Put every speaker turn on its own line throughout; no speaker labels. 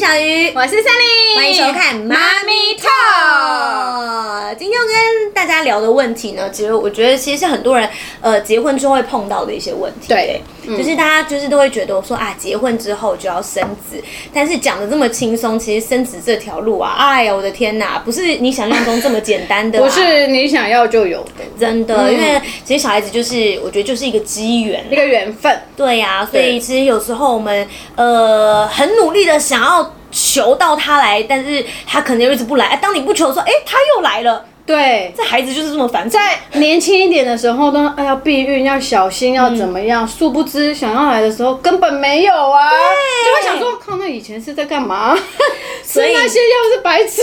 小鱼，
我是三丽，
欢迎收看《妈咪 Talk》。今天要跟大家聊的问题呢，其实我觉得其实是很多人呃结婚之后会碰到的一些问题。
对嗯
就是大家就是都会觉得说啊，结婚之后就要生子，但是讲的这么轻松，其实生子这条路啊，哎呀，我的天哪，不是你想象中这么简单的、 啊。
不是嗯你想要就有的
真的，因为其实小孩子就是我觉得就是一个机缘
一个缘分。
对呀、所以
对
其实有时候我们呃很努力的想要求到他来，但是他可能又一直不来。哎当你不求的时候，哎、他又来了。
对，
这孩子就是这么烦。
在年轻一点的时候都哎要避孕，要小心，要怎么
嗯
样？殊不知想要来的时候根本没有啊，就会想说，靠，那以前是在干 嘛？所
以
那些药是白痴。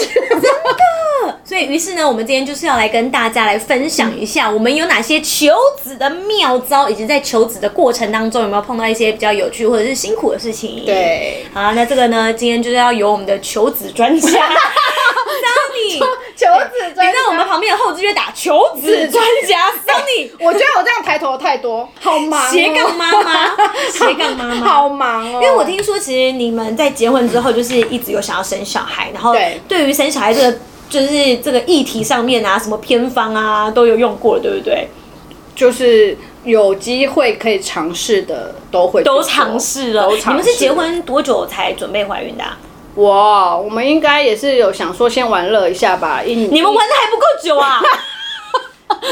所以于是呢，我们今天就是要来跟大家来分享一下，我们有哪些求子的妙招，以及在求子的过程当中有没有碰到一些比较有趣或者是辛苦的事情。。
对，
好，那这个呢，今天就是要由我们的求子专家 Sunny，
求子专
你在我们旁边的后置就打求子专家 Sunny。
我觉得我这样抬头太多，好忙、哦，
斜杠妈 妈，斜杠妈妈，
好忙哦。
因
因
为我听说，其实你们在结婚之后，就是一直有想要生小孩，然后
对
对于生小孩这个，就是这个议题上面啊，什么偏方啊，都有用过了，对不对？
就是有机会可以尝试的都会去
都
做
尝试了。
都尝试
你们是结婚多久才准备怀孕的、啊？
哇，我们应该也是有想说先玩乐一下吧。一
你们玩的还不够久 啊！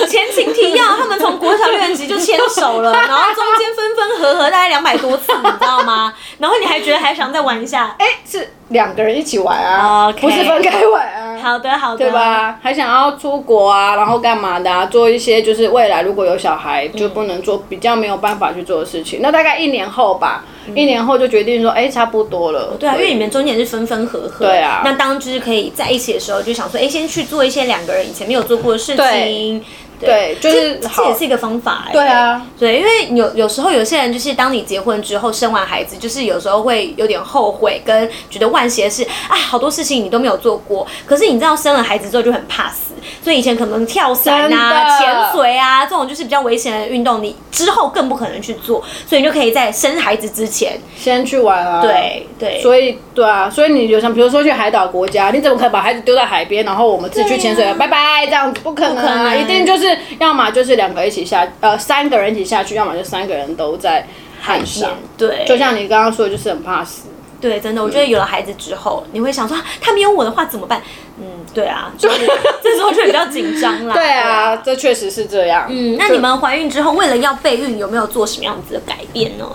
前情提要，他们从国小六年级就牵手了，然后中间分分合合大概两百多次，你知道吗？然后你还觉得还想再玩一下？
哎、是两个人一起玩啊
哦 OK
不是分开玩啊。
好的，好的，
对？吧？还想要出国啊，然后干嘛的啊？做一些就是未来如果有小孩就不能做，比较没有办法去做的事情。那大概一年后吧，一年后就决定说，哎、差不多了。
嗯对啊，因为你们中间是分分合合，
对啊
那当就是可以在一起的时候，就想说，哎、先去做一些两个人以前没有做过的事情
对，对就是
这这
好
也是一个方法、哎
对啊，
对，因为有有时候有些人就是当你结婚之后生完孩子，就是有时候会有点后悔，跟觉得万邪是啊，好多事情你都没有做过。可是你知道生了孩子之后就很怕死，所以以前可能跳伞啊、
真的
潜水啊这种就是比较危险的运动，你之后更不可能去做，所以你就可以在生孩子之前，
先去玩啊。。
对对，
所以，对啊，所以你就像比如说去海岛国家，你怎么可以把孩子丢到海边，然后我们自己去潜水，
对啊
拜拜这样子？不可能
不可
啊，
能
一定就是要么就是两个一起下，呃，三个人一起下去，要么就三个人都在海上。
对，
就像你刚刚说的，就是很怕死。
对，真的，我觉得有了孩子之后，你会想说，啊他没有我的话怎么办？嗯，对 啊，就是这时候就比较紧张啦。
对啊，。这确实是这样。
嗯，那
就
你们怀孕之后，为了要备孕，有没有做什么样子的改变呢？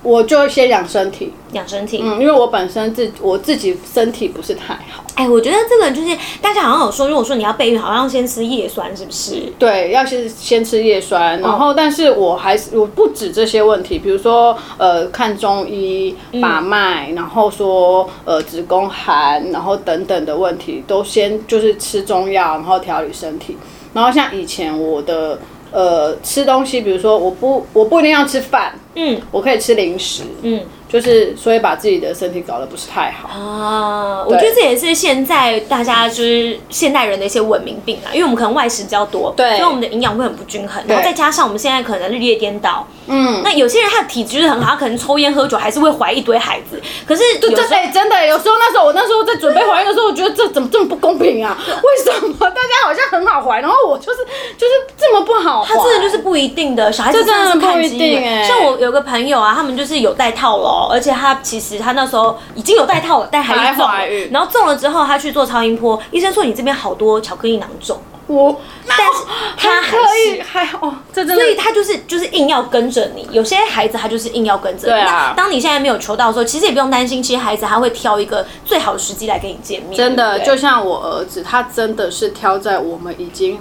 我就先养身体，
养身体，
嗯，因为我本身自我自己身体不是太好，
哎、我觉得这个就是大家好像有说，如果说你要备孕，好像先吃叶酸，是不是？
对，要先先吃叶酸，然
哦
后但是我还是我不止这些问题，比如说呃看中医、
嗯
把脉，然后说呃子宫寒，然后等等的问题，都先就是吃中药，然后调理身体。然后像以前我的呃吃东西，比如说我不我不一定要吃饭，
嗯
我可以吃零食，
嗯
就是所以把自己的身体搞得不是太好。
啊，我觉得这也是现在大家就是现代人的一些文明病啦，因为我们可能外食比较多，所
对
以我们的营养会很不均衡，然后
对
再加上我们现在可能日夜颠倒，
嗯，
那有些人他的体质就是很好，他可能抽烟喝酒还是会怀一堆孩子，可是有时
真
候
的、欸、真的欸、有时候那时候我那时候在准备怀孕的时候，我觉得这怎么这么不公平啊？为什么大家好像很好怀，然后我就是就是这么不好怀？
他真的就是不一定的，小孩子
这真的
是看机
不一定
缘
欸
像我有个朋友啊，他们就是有戴套了，而且他其实他那时候已经有戴套了，但还
还
是中了
怀孕
然后中了之后，他去做超音波，医生说你这边好多巧克力囊肿，
我
但是他还
可以
是。
还哦，这真的
所以他就是就是硬要跟着你，有些孩子他就是硬要跟着你。
对啊
那当你现在没有求到的时候，其实也不用担心，其实孩子他会挑一个最好的时机来跟你见面。
真
对
的
不对
就像我儿子，他真的是挑在我们已经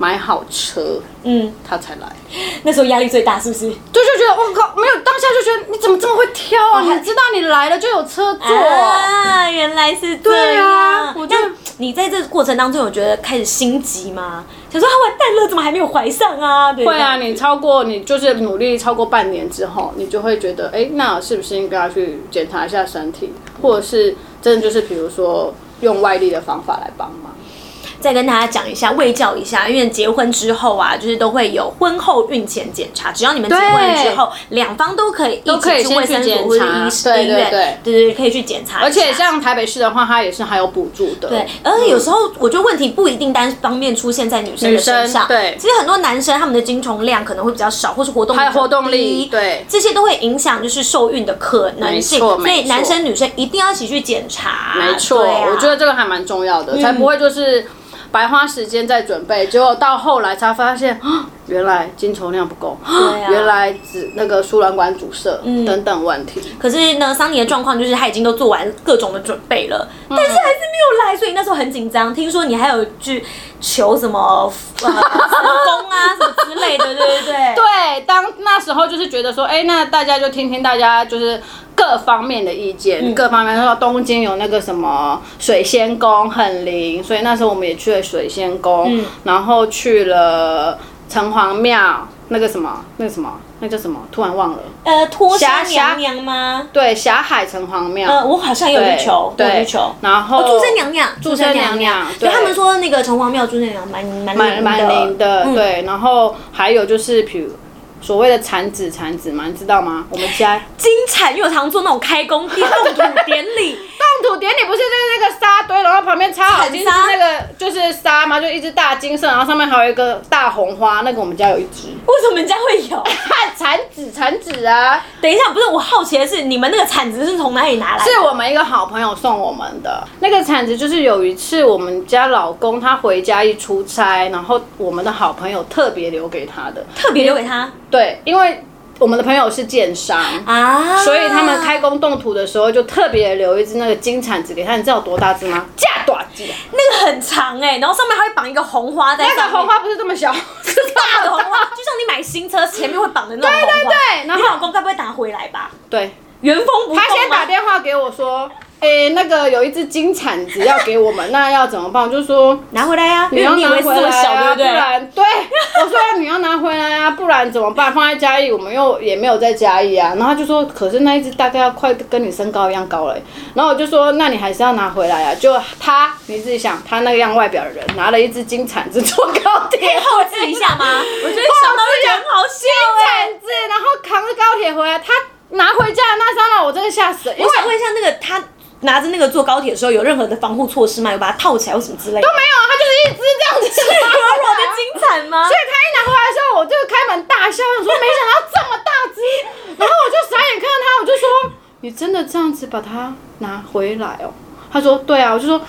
买好车，
嗯，
他才来。
那时候压力最大，是不是？
就就觉得我靠，没有当下就觉得你怎么这么会挑啊？你知道你来了就有车坐，
哦啊，原来是这样。
对啊我就
那你在这个过程当中，有觉得开始心急吗？想说啊，完蛋了，怎么还没有怀上啊？对不
会
对
啊，你超过你就是努力超过半年之后，你就会觉得，哎、那是不是应该要去检查一下身体，或者是真的就是比如说用外力的方法来帮忙？
再跟大家讲一下，卫教一下，因为结婚之后啊，就是都会有婚后孕前检查，只要你们结
对
婚之后，两方都可以一
可以
起去卫生所
先去
或者
检查
医
对
师医院，
对
对对，可以去检查一下。
而且像台北市的话，它也是还有补助的。嗯
对，而且有时候我觉得问题不一定单方面出现在女生的身上，
女生对
其实很多男生他们的精虫量可能会比较少，或是活动
还有
比较
活动力
低
对
这些都会影响就是受孕的可能性，
没错
所以
没错
男生女生一定要一起去检查，
没错，
对啊嗯
我觉得这个还蛮重要的，才不会就是白花时间在准备，结果到后来才发现，啊原来精虫量不够，
对啊嗯
原来子那个输卵管阻塞、等等问题。
可是呢，桑尼的状况就是他已经都做完各种的准备了，
嗯
但是还是没有来，所以那时候很紧张。听说你还有去求什么 呃子宫啊什么之类的，对对对。
对，当那时候就是觉得说，哎、那大家就听听大家就是各方面的意见，
嗯
各方面说东京有那个什么水仙宫很灵，所以那时候我们也去了水仙宫，
嗯
然后去了城隍庙，那个什么，那个什么，那叫什么？突然忘了。
呃，脱纱
霞霞
娘娘吗？
对，霞海城隍庙。
呃，我好像有去求，我
对，
有去求。
然后
祝生娘娘，祝
生
生
娘娘
对
对
他们说那个城隍庙祝生娘娘蛮蛮
蛮蛮灵
灵
的，
嗯
对，然后还有就是，比如所谓的产子，产子嘛，你知道吗？我们家
金产又常做那种开工地动土典礼，
动土典礼不是就是那个沙堆，然后旁边插好金是
产沙
那个就是沙嘛，就一只大金色，然后上面还有一个大红花，那个我们家有一只。
为什么人家会有？
看产子，产子啊，
等一下，不是我好奇的是，你们那个铲子是从哪里拿来的？
是我们一个好朋友送我们的。那个铲子就是有一次我们家老公他回家一出差，然后我们的好朋友特别留给他的。
特别留给他
对，因为我们的朋友是建商。
啊，
所以他们开工动土的时候，就特别留一只那个金铲子给他。你知道有多大只吗？架大只，
那个很长哎、然后上面还会绑一个红花在
那
上面，
个红花不是这么小， 是
大
大
的
的
红
红
花，
花。
就像你买新车前面会绑的那种红花。
对对对然后
你老公该不会打回来吧？
对，
原封不动啊吗
他先打电话给我说，诶，那个有一只金铲子要给我们， 那要怎么办？我就说。
拿回来呀、啊，
你
因
要
为你以
拿
为是
回来
我小，对不
啊，不
对？
然对， 我说你要拿回来啊，不 然怎么办？放在嘉义，我们又也没有在嘉义啊。然后他就说，可是那一只大概要快跟你身高一样高了欸、然后我就说，那你还是要拿回来啊。就他，你自己想，他那个样外表的人，拿了一只金铲子坐高
可以
铁，
哎后置一下吗？ 我觉得想到就觉得很好笑哎、
铲子，然后扛着高铁回来，他拿回家的那刹那，我真的吓死了，因为
我想问一下，那个他拿着那个坐高铁的时候，有任何的防护措施吗？有把它套起来或什么之类的？啊
没有，他就是一只这样子
是软软的 金铲吗
所？以他一拿回来的时候，我就开门大笑，我说没想到这么大只，然后我就傻眼看着他，我就说你真的这样子把它拿回来哦？他说对啊，我就说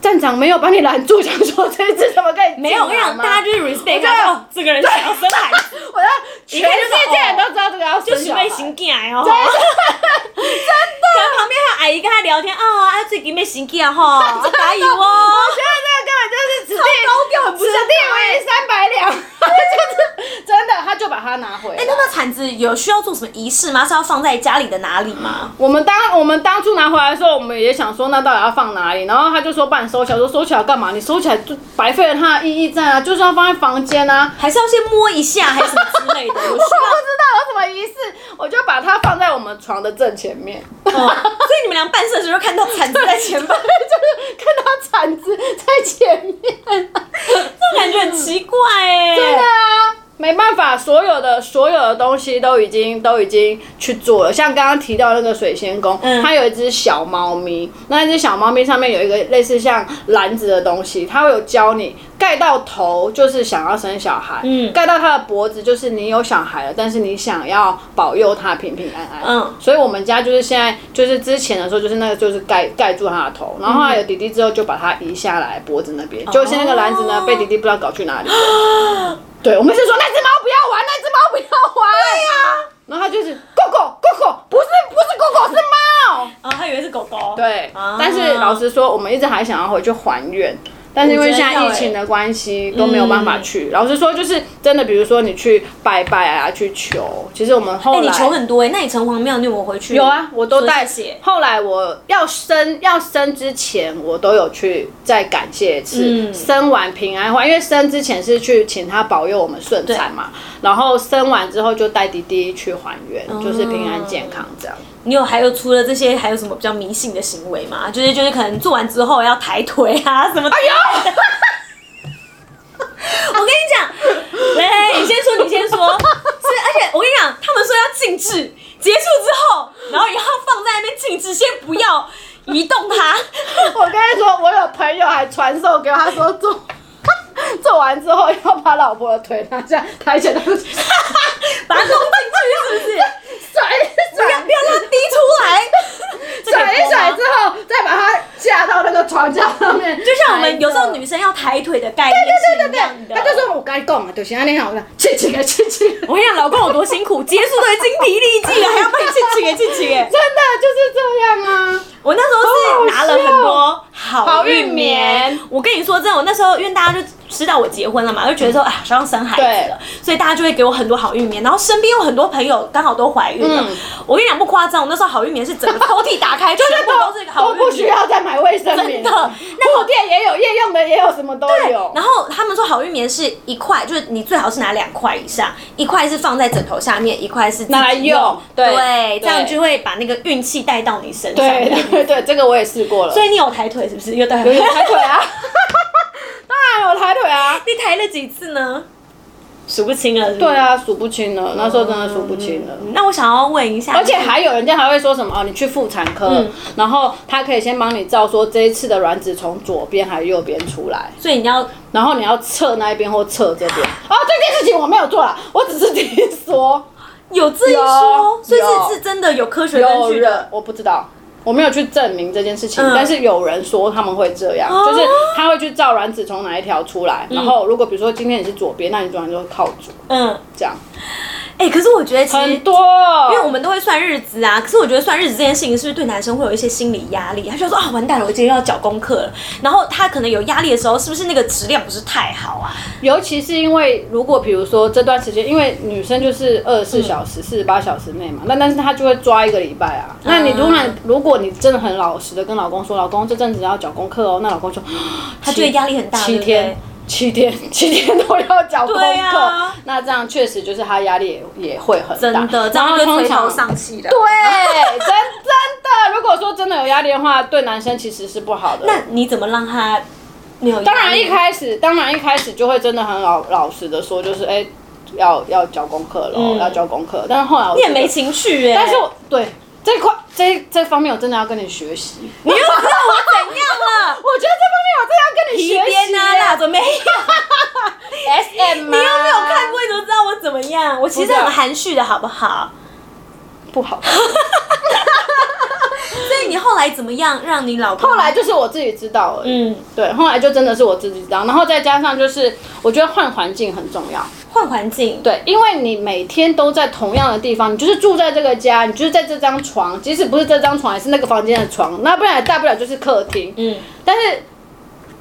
站长没有把你拦住，想说这一只怎么可以
没有，我跟你 讲，大家就是 respect 他说哦这个人想要生孩子，
我要全世界人都知道这个要
就 是
生小孩
被。行起来哦。真的，可能啊旁边还有阿姨跟他聊天啊，啊最近被行起来 吼，啊打姨哦，
我觉得这个根本就是此地
超高调，很不
此
像
地无银三百两， 就是真的，他就把它拿回来
哎、。那个铲子有需要做什么仪式吗？是要放在家里的哪里吗？
我们当我们当初拿回来的时候，我们也想说那到底要放哪里，然后他就说把你收起来，我说收起来干嘛？你收起来就白费了它的意义在啊，就是要放在房间啊。
还是要先摸一下，还是什么之类 的？有
我不
需
知道有什么仪式，我就把它放在我们床的正前面，
要，嗯、所以你们俩办事的时候看到铲子在前方，
就是看到铲子在前面。
这感觉很奇怪哎、
真的啊，没办法，所有的所有的东西都已经都已经去做了。像刚刚提到那个水仙宫，
嗯
它有一只小猫咪，那一只小猫咪上面有一个类似像篮子的东西，它会有教你盖到头就是想要生小孩，
嗯
盖到它的脖子就是你有小孩了，但是你想要保佑它平平安安，
嗯
所以我们家就是现在就是之前的时候就是那个就是盖盖住它的头，然后后来有
嗯
弟弟之后就把它移下来脖子那
哦
边，就现在那个篮子呢被弟弟不知道搞去哪里了。对，我们是说那只猫不要玩，那只猫不要玩。对呀、然后它就是狗狗狗狗，不是不是狗狗是猫。
啊，他以为是狗狗。
对，
啊
但是老实说，我们一直还想要回去还愿。但是因为现在疫情的关系都没有办法去。
欸
老实说，就是真的，比如说你去拜拜啊，去求，其实我们后
哎、你
来、
求很多哎、那你城隍庙你有没有回去？
有啊，我都带
说谢谢。
后来我要生要生之前，我都有去再感谢一次，
嗯
生完平安话，因为生之前是去请他保佑我们顺产嘛，然后生完之后就带弟弟去还原，
哦
就是平安健康这样。
你有还有除了这些，还有什么比较迷信的行为吗？就是就是可能做完之后要抬腿啊什么之类的？哎呦，
反手给我，他说做 做完之后要把老婆的腿拿下，抬起来， 甩
把它弄进去是不是？
一
不要
甩
不，要让它滴出来，这可以播
甩一甩
吗
之后，再把它架到那个床架上面，
就像我们有时候
抬着
女生要抬腿的概念是
对
一样的。
对对，他就说我该讲啊，就是安尼样，我讲切切个切切个，
我跟你讲，老公有多辛苦，结束都会精疲力尽了，还要帮你去取耶去取耶。
真的就是这样啊。
我那时候是拿了很多好
好
运
运
棉
棉。
我跟你说真的，我那时候因为大家就知道我结婚了嘛，就觉得说啊，想要生孩子了，所以大家就会给我很多好运棉。然后身边有很多朋友刚好都怀孕了，
嗯
我跟你讲不夸张，我那时候好运棉是 整个抽屉打开，全部都是好
都
运棉。
不需要再买卫生棉，
真的那
护垫也有，夜用的也有，什么都有。
然后他们说好运棉是一块，就是你最好是拿两块以上，一块是放在枕头下面，一块是自己
拿来用对对
这样就会把那个运气带到你身上。
对对对，这个我也试过 了。
所以你有抬腿是不是？又抬
有
腿，
有抬腿啊，当然有抬腿啊。
你抬了几次呢？数不清了是不是
对，啊，数不清了，那时候真的数不清了。
那我想要问一下，
而且还有人家还会说什么哦，你去妇产科，
嗯
然后他可以先帮你照说这一次的卵子从左边还是右边出来，
所以你要
然后你要测那一边或测这边。哦，这件事情我没有做啦，我只是听说
有这一说，
有
所以
有
是是真的 有科学根
有
据的。
人我不知道。我没有去证明这件事情，
嗯
但是有人说他们会这样，
哦
就是他会去照卵子从哪一条出来，然后如果比如说今天你是左边，那你左边就靠左
嗯，
这样，
哎、可是我觉得其实
很多。
因为我们都会算日子啊，可是我觉得算日子这件事情是不是对男生会有一些心理压力？他就说啊，完蛋了，我今天要缴功课了。然后他可能有压力的时候，是不是那个质量不是太好啊？
尤其是因为，如果比如说这段时间，因为女生就是二十四小时、四十八小时内嘛，那但是她就会抓一个礼拜啊。那你如果如果你真的很老实的跟老公说，老公这阵子要缴功课哦，那老 公就
他觉得压力很大，
七
对不对
天。 七天，七天都要缴功课，
对啊
那这样确实就是她压力也也会很大，
真的，这
然
样
后
就
通
垂头
常
丧气的。
对，真真的，如果说真的有压力的话，对男生其实是不好的。
那你怎么让他没有压力？
当然一开始，当然一开始就会真的很老老实的说，就是哎、要要交功课咯，
嗯
要交功课。但是后来我
你也
觉得
没，情绪哎、
但是我对这一块这这方面我真的要跟你学习。
你又知道我怎样了？
我觉得
皮
这方面我真的要跟你学习。
鞭啊啦，怎么没有？
S M
你又没有看过，你啊怎么知道我怎么样？我其实
不知道
很含蓄的好不好？
不好。
所以你后来怎么样让你老公？
后来就是我自己知道了，
嗯，
对，后来就真的是我自己知道，然后再加上就是我觉得换环境很重要。
换环境。
对，因为你每天都在同样的地方，你就是住在这个家，你就是在这张床，即使不是这张床，也是那个房间的床，那不然也大不了就是客厅。
嗯，
但是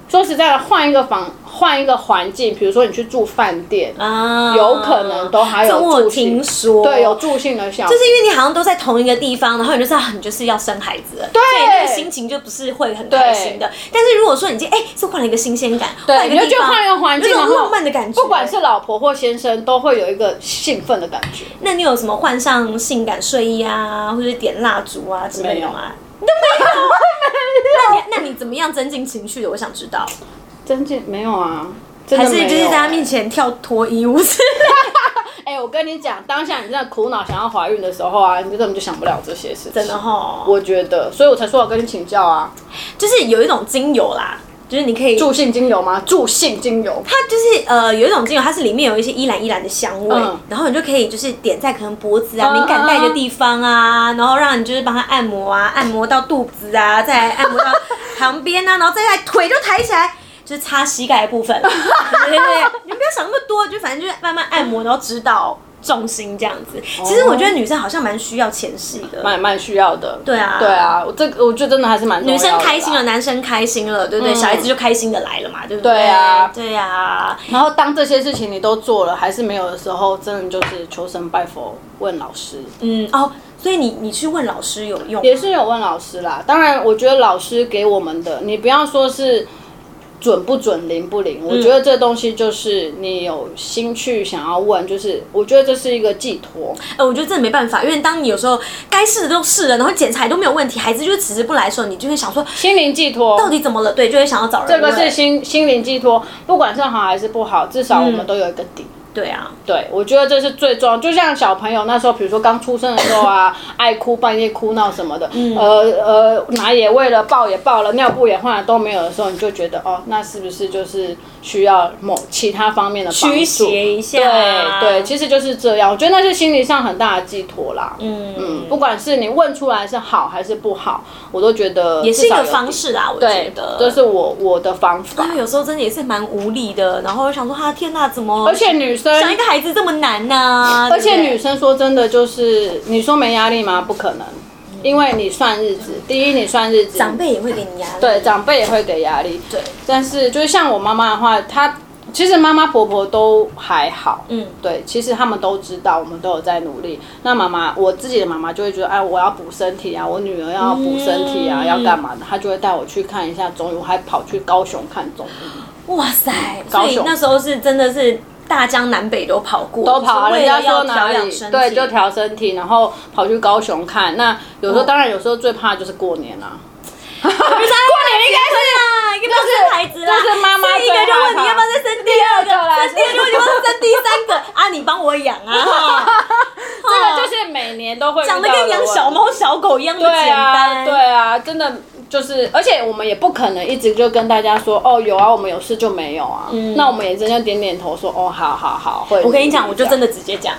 说实在的，换一个房，换一个环境，比如说你去住饭店，
啊，
嗯有可能都还有
这我
助
听
兴，
说，
对，有，助兴的效果。
就是因为你好像都在同一个地方，然后你就知道啊你就是要生孩子了，
对
所以那个心情就不是会很开心的。但是如果说你今天哎，是换了一个新鲜感，换
对，
一
你
个
就
地
觉得
方，
换一个环境，
有
然
种
后
浪漫的感觉。
不管是老婆或先生，都会有一个兴奋的感觉。
那你有什么换上性感睡衣啊，或者点蜡烛啊之类的吗？都没有。那你那你 怎么样增进情绪的？我想知道，
真正没有啊，真
还
的没
是
有
就是在他
欸
面前跳脱衣舞之类的
哎、我跟你讲，当下你真的苦恼想要怀孕的时候啊，你根本就想不了这些事情。
真的哈，
我觉得，所以我才说我跟你请教啊，
就是有一种精油啦，就是你可以
助性精油吗？助性精油，
它就是呃有一种精油，它是里面有一些依兰依兰的香味，
嗯
然后你就可以就是点在可能脖子啊、
嗯
敏感带的地方啊，然后让你就是帮它按摩啊，按摩到肚子啊，再来按摩到旁边 啊，然后再来腿就抬起来。就是擦膝盖的部分，对对对，你不要想那么多，就反正就是慢慢按摩，然后指导重心这样子。其实我觉得女生好像蛮需要前戏的，
哦蛮蛮需要的。
对啊
对啊，我这个我觉得真的还是蛮重
女
要的啦
生开心了，。男生开心了，对不对？小孩子就开心的来了嘛，对不对？
嗯对啊
对啊，
然后当这些事情你都做了，还是没有的时候，真的就是求神拜佛，问老师。
嗯哦，所以你你去问老师有用吗，
也是有问老师啦。当然，我觉得老师给我们的，你不要说是准不准、灵不
嗯
灵，我觉得这东西就是你有心去想要问，就是我觉得这是一个寄托。
呃，我觉得真的没办法，因为当你有时候该试的都试了，然后检查也都没有问题，孩子就是迟迟不来的时候，你就会想说
心灵寄托。
到底怎么了？对，就会想要找人
这个
问嗯
是心心灵寄托，不管是好还是不好，至少我们都有一个底。
对啊，
对，我觉得这是最重要。就像小朋友那时候，比如说刚出生的时 候啊，爱哭、半夜哭闹什么的，
嗯
呃呃，奶也喂了，抱也抱了，尿布也换了，都没有的时候，你就觉得哦，那是不是就是需要某其他方面的帮助？
驱邪一下
对对，其实就是这样。我觉得那是心理上很大的寄托啦。嗯嗯，不管是你问出来是好还是不好，我都觉得也
也是一个方式啦，我觉得。
这是我我的方法。
有时候真的也是蛮无力的，然后我想说，哈、天哪，怎么？
而且女生
想一个孩子这么难呢、
而且
对不对
女生说真的，就是你说没压力吗？不可能，因为你算日子，第一你算日子，
长辈也会给你压力，
对长辈也会给压力，
对，
但是就是像我妈妈的话，她其实妈妈婆婆都还好，嗯，对，其实他们都知道，我们都有在努力。那妈妈，我自己的妈妈就会觉得，哎，我要补身体啊，我女儿要补身体啊，
嗯
要干嘛的，她就会带我去看一下中医，我还跑去高雄看中医。
哇塞！
高
所
雄
以那时候是真的是大江南北都跑过，
都跑啊，
就是
人
为
家
了要
说
调
哪
养
里
身体，
对 就调身体，然后跑去高雄看。那有
哦
时候、当然有时候最怕就是过年啊
啊
啦、
过年 应该是啦，应该不要生孩子啦，
就是妈妈
生一个就问你
最害怕
要不要再生第二个，
第二个啦
生第二个你要不要生第三个啊？你帮我 养啊，哈
这个就是每年都会
长得
遇到
跟
的
养
问
小
题
猫小狗一样的
对
简
啊，
单，
对啊，真的就是，而且我们也不可能一直就跟大家说哦有啊，我们有事就没有啊。那我们也真的点点头说哦，好好好，会
嗯我
努力这样。
跟你讲，我就真的直接讲。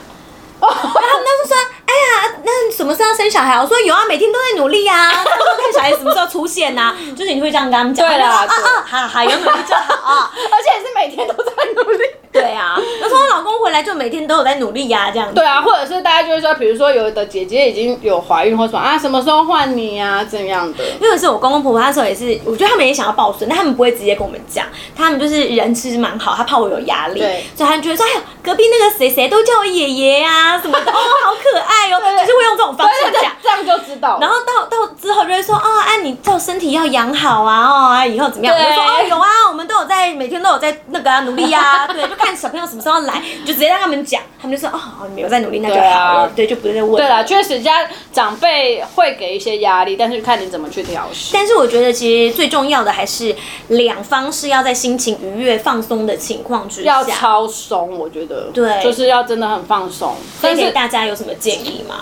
然后他们都说：“哎呀，那什么时候要生小孩？”我说：“有啊，每天都在努力啊，到时候看小孩什么时候出现呐、就是你会这样跟他们讲。
对啦
他们说啊啊，好好，有努力就好啊。
而且是每天都在努力。
对啊，那时候我老公回来就每天都有在努力呀、这样子。
对啊，或者是大家就会说，比如说有的姐姐已经有怀孕或什么啊，什么时候换你啊这样的。
因为是我公公婆婆，那时候也是，我觉得他们也想要抱孙，但他们不会直接跟我们讲，他们就是人其实蛮好，他怕我有压力，
对
所以他们就会说，哎呦，隔壁那个谁谁都叫我爷爷啊什么 的，哦，好可爱哦，
对
就是会用这种方式
对对对
讲。，
这样就知道了。
然后到到之后就会说，哦，啊，你照身体要养好啊，哦，啊，以后怎么样？我
对
就说，哦，有啊，我们都有在每天都有在那个、啊、努力 呀、啊，对，就看小朋友什么时候来，你就直接让他们讲，他们就说，哦，好你们有在努力，那就好
对啊
了，对,、就不是在问。
对啦，确实家长辈会给一些压力，但是看你怎么去调试。
但是我觉得，其实最重要的还是两方是要在心情愉悦、放松的情况之
要
下。
超松，我觉得，
对
就是要真的很放松。
但
但
是
是
大家有什么建议吗？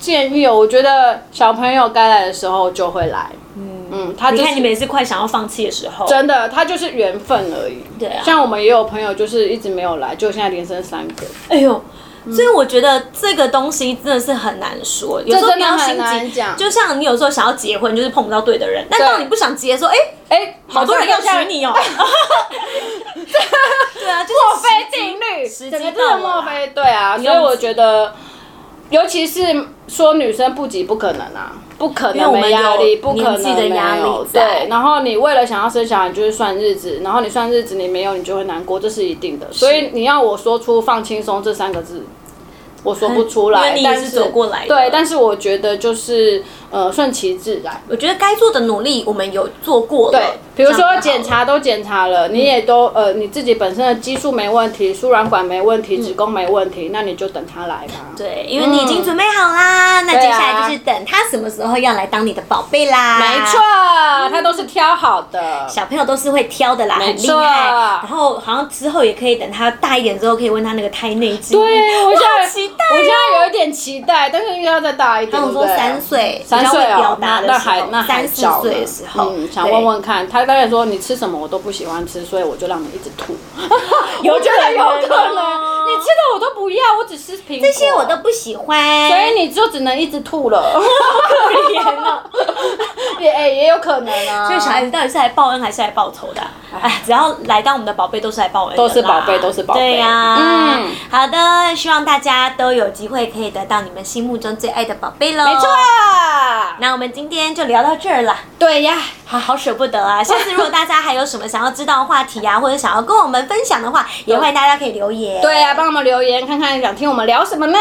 建议哦，我觉得小朋友该来的时候就会来。嗯嗯，他就
你
是
看你每次快想要放弃的时候，
真的，他就是缘分而已。
对啊
像我们也有朋友就是一直没有来，就现在连生三个。
哎呦，
嗯
所以我觉得这个东西真的是很难说，有时候
真
不
的
要
很
心
难
急
讲。
就像你有时候想要结婚，就是碰不到对的人，但
对
当你不想结的时候，哎、
哎，
好多人要娶
像
你哦、对啊，就是
墨菲定律，
时机
整个
到
就是
了啊
墨菲对啊，所
用
以我觉得，尤其是说女生不急不可能啊，不可
因为我
能
们
没压力，
有
不可
年纪
能
的
没
压力
有
在
对。然后你为了想要生小孩，你就是算日子，然后你算日子你没有，你就会难过，这是一定的。所以你要我说出放轻松这三个字。我说不出
因
来
为你，也
但
是走过来的
对，但是我觉得就是呃，顺其自然。
我觉得该做的努力我们有做过了。
对，比如
呃这样就
说
好了嗯
检查都检查了，你也都呃你自己本身的激素没问题，输卵管没问题，子宫没问题，那你就等他来吧。
对，因为你已
嗯
经准备好啦，
啊
那接下来就是等他什么时候要来当你的宝贝啦。
没错，，他都是挑好的。
小朋友都是会挑的啦，很厉
错
害。然后好像之后也可以等他大一点之后，可以问他那个胎内基因。
对，我现
好
在
期待
我现在有一点期待，但是应该要再大一点。
那我
对不
说
对
三岁，
三岁
比较会
哦
表，达
那
的
那
时
还
候，
那还
三四
早呢
岁的时候，
嗯，想
对
问，问看，他大概说你吃什么我都不喜欢吃，所以我就让你一直 吐。
有
我觉得有可
可能
能，
哦
你吃的我都不要，我只吃苹果。
这些我都不喜欢，
所以你就只能一直吐了，
可怜了。
也哎、也有可能 啊。
所以小孩子到底是来报恩还是来报仇的啊？哎，只要来当我们的宝贝，都是来报恩的啦，
都是宝贝都是宝贝
对呀、
嗯
好的，希望大家都有机会可以得到你们心目中最爱的宝贝喽。
没错，
那我们今天就聊到这儿了，
对呀，
好好舍不得啊！下次如果大家还有什么想要知道的话题啊，或者想要跟我们分享的话，也欢迎大家可以留言。嗯
对呀，帮我们留言看看想听我们聊什么呢？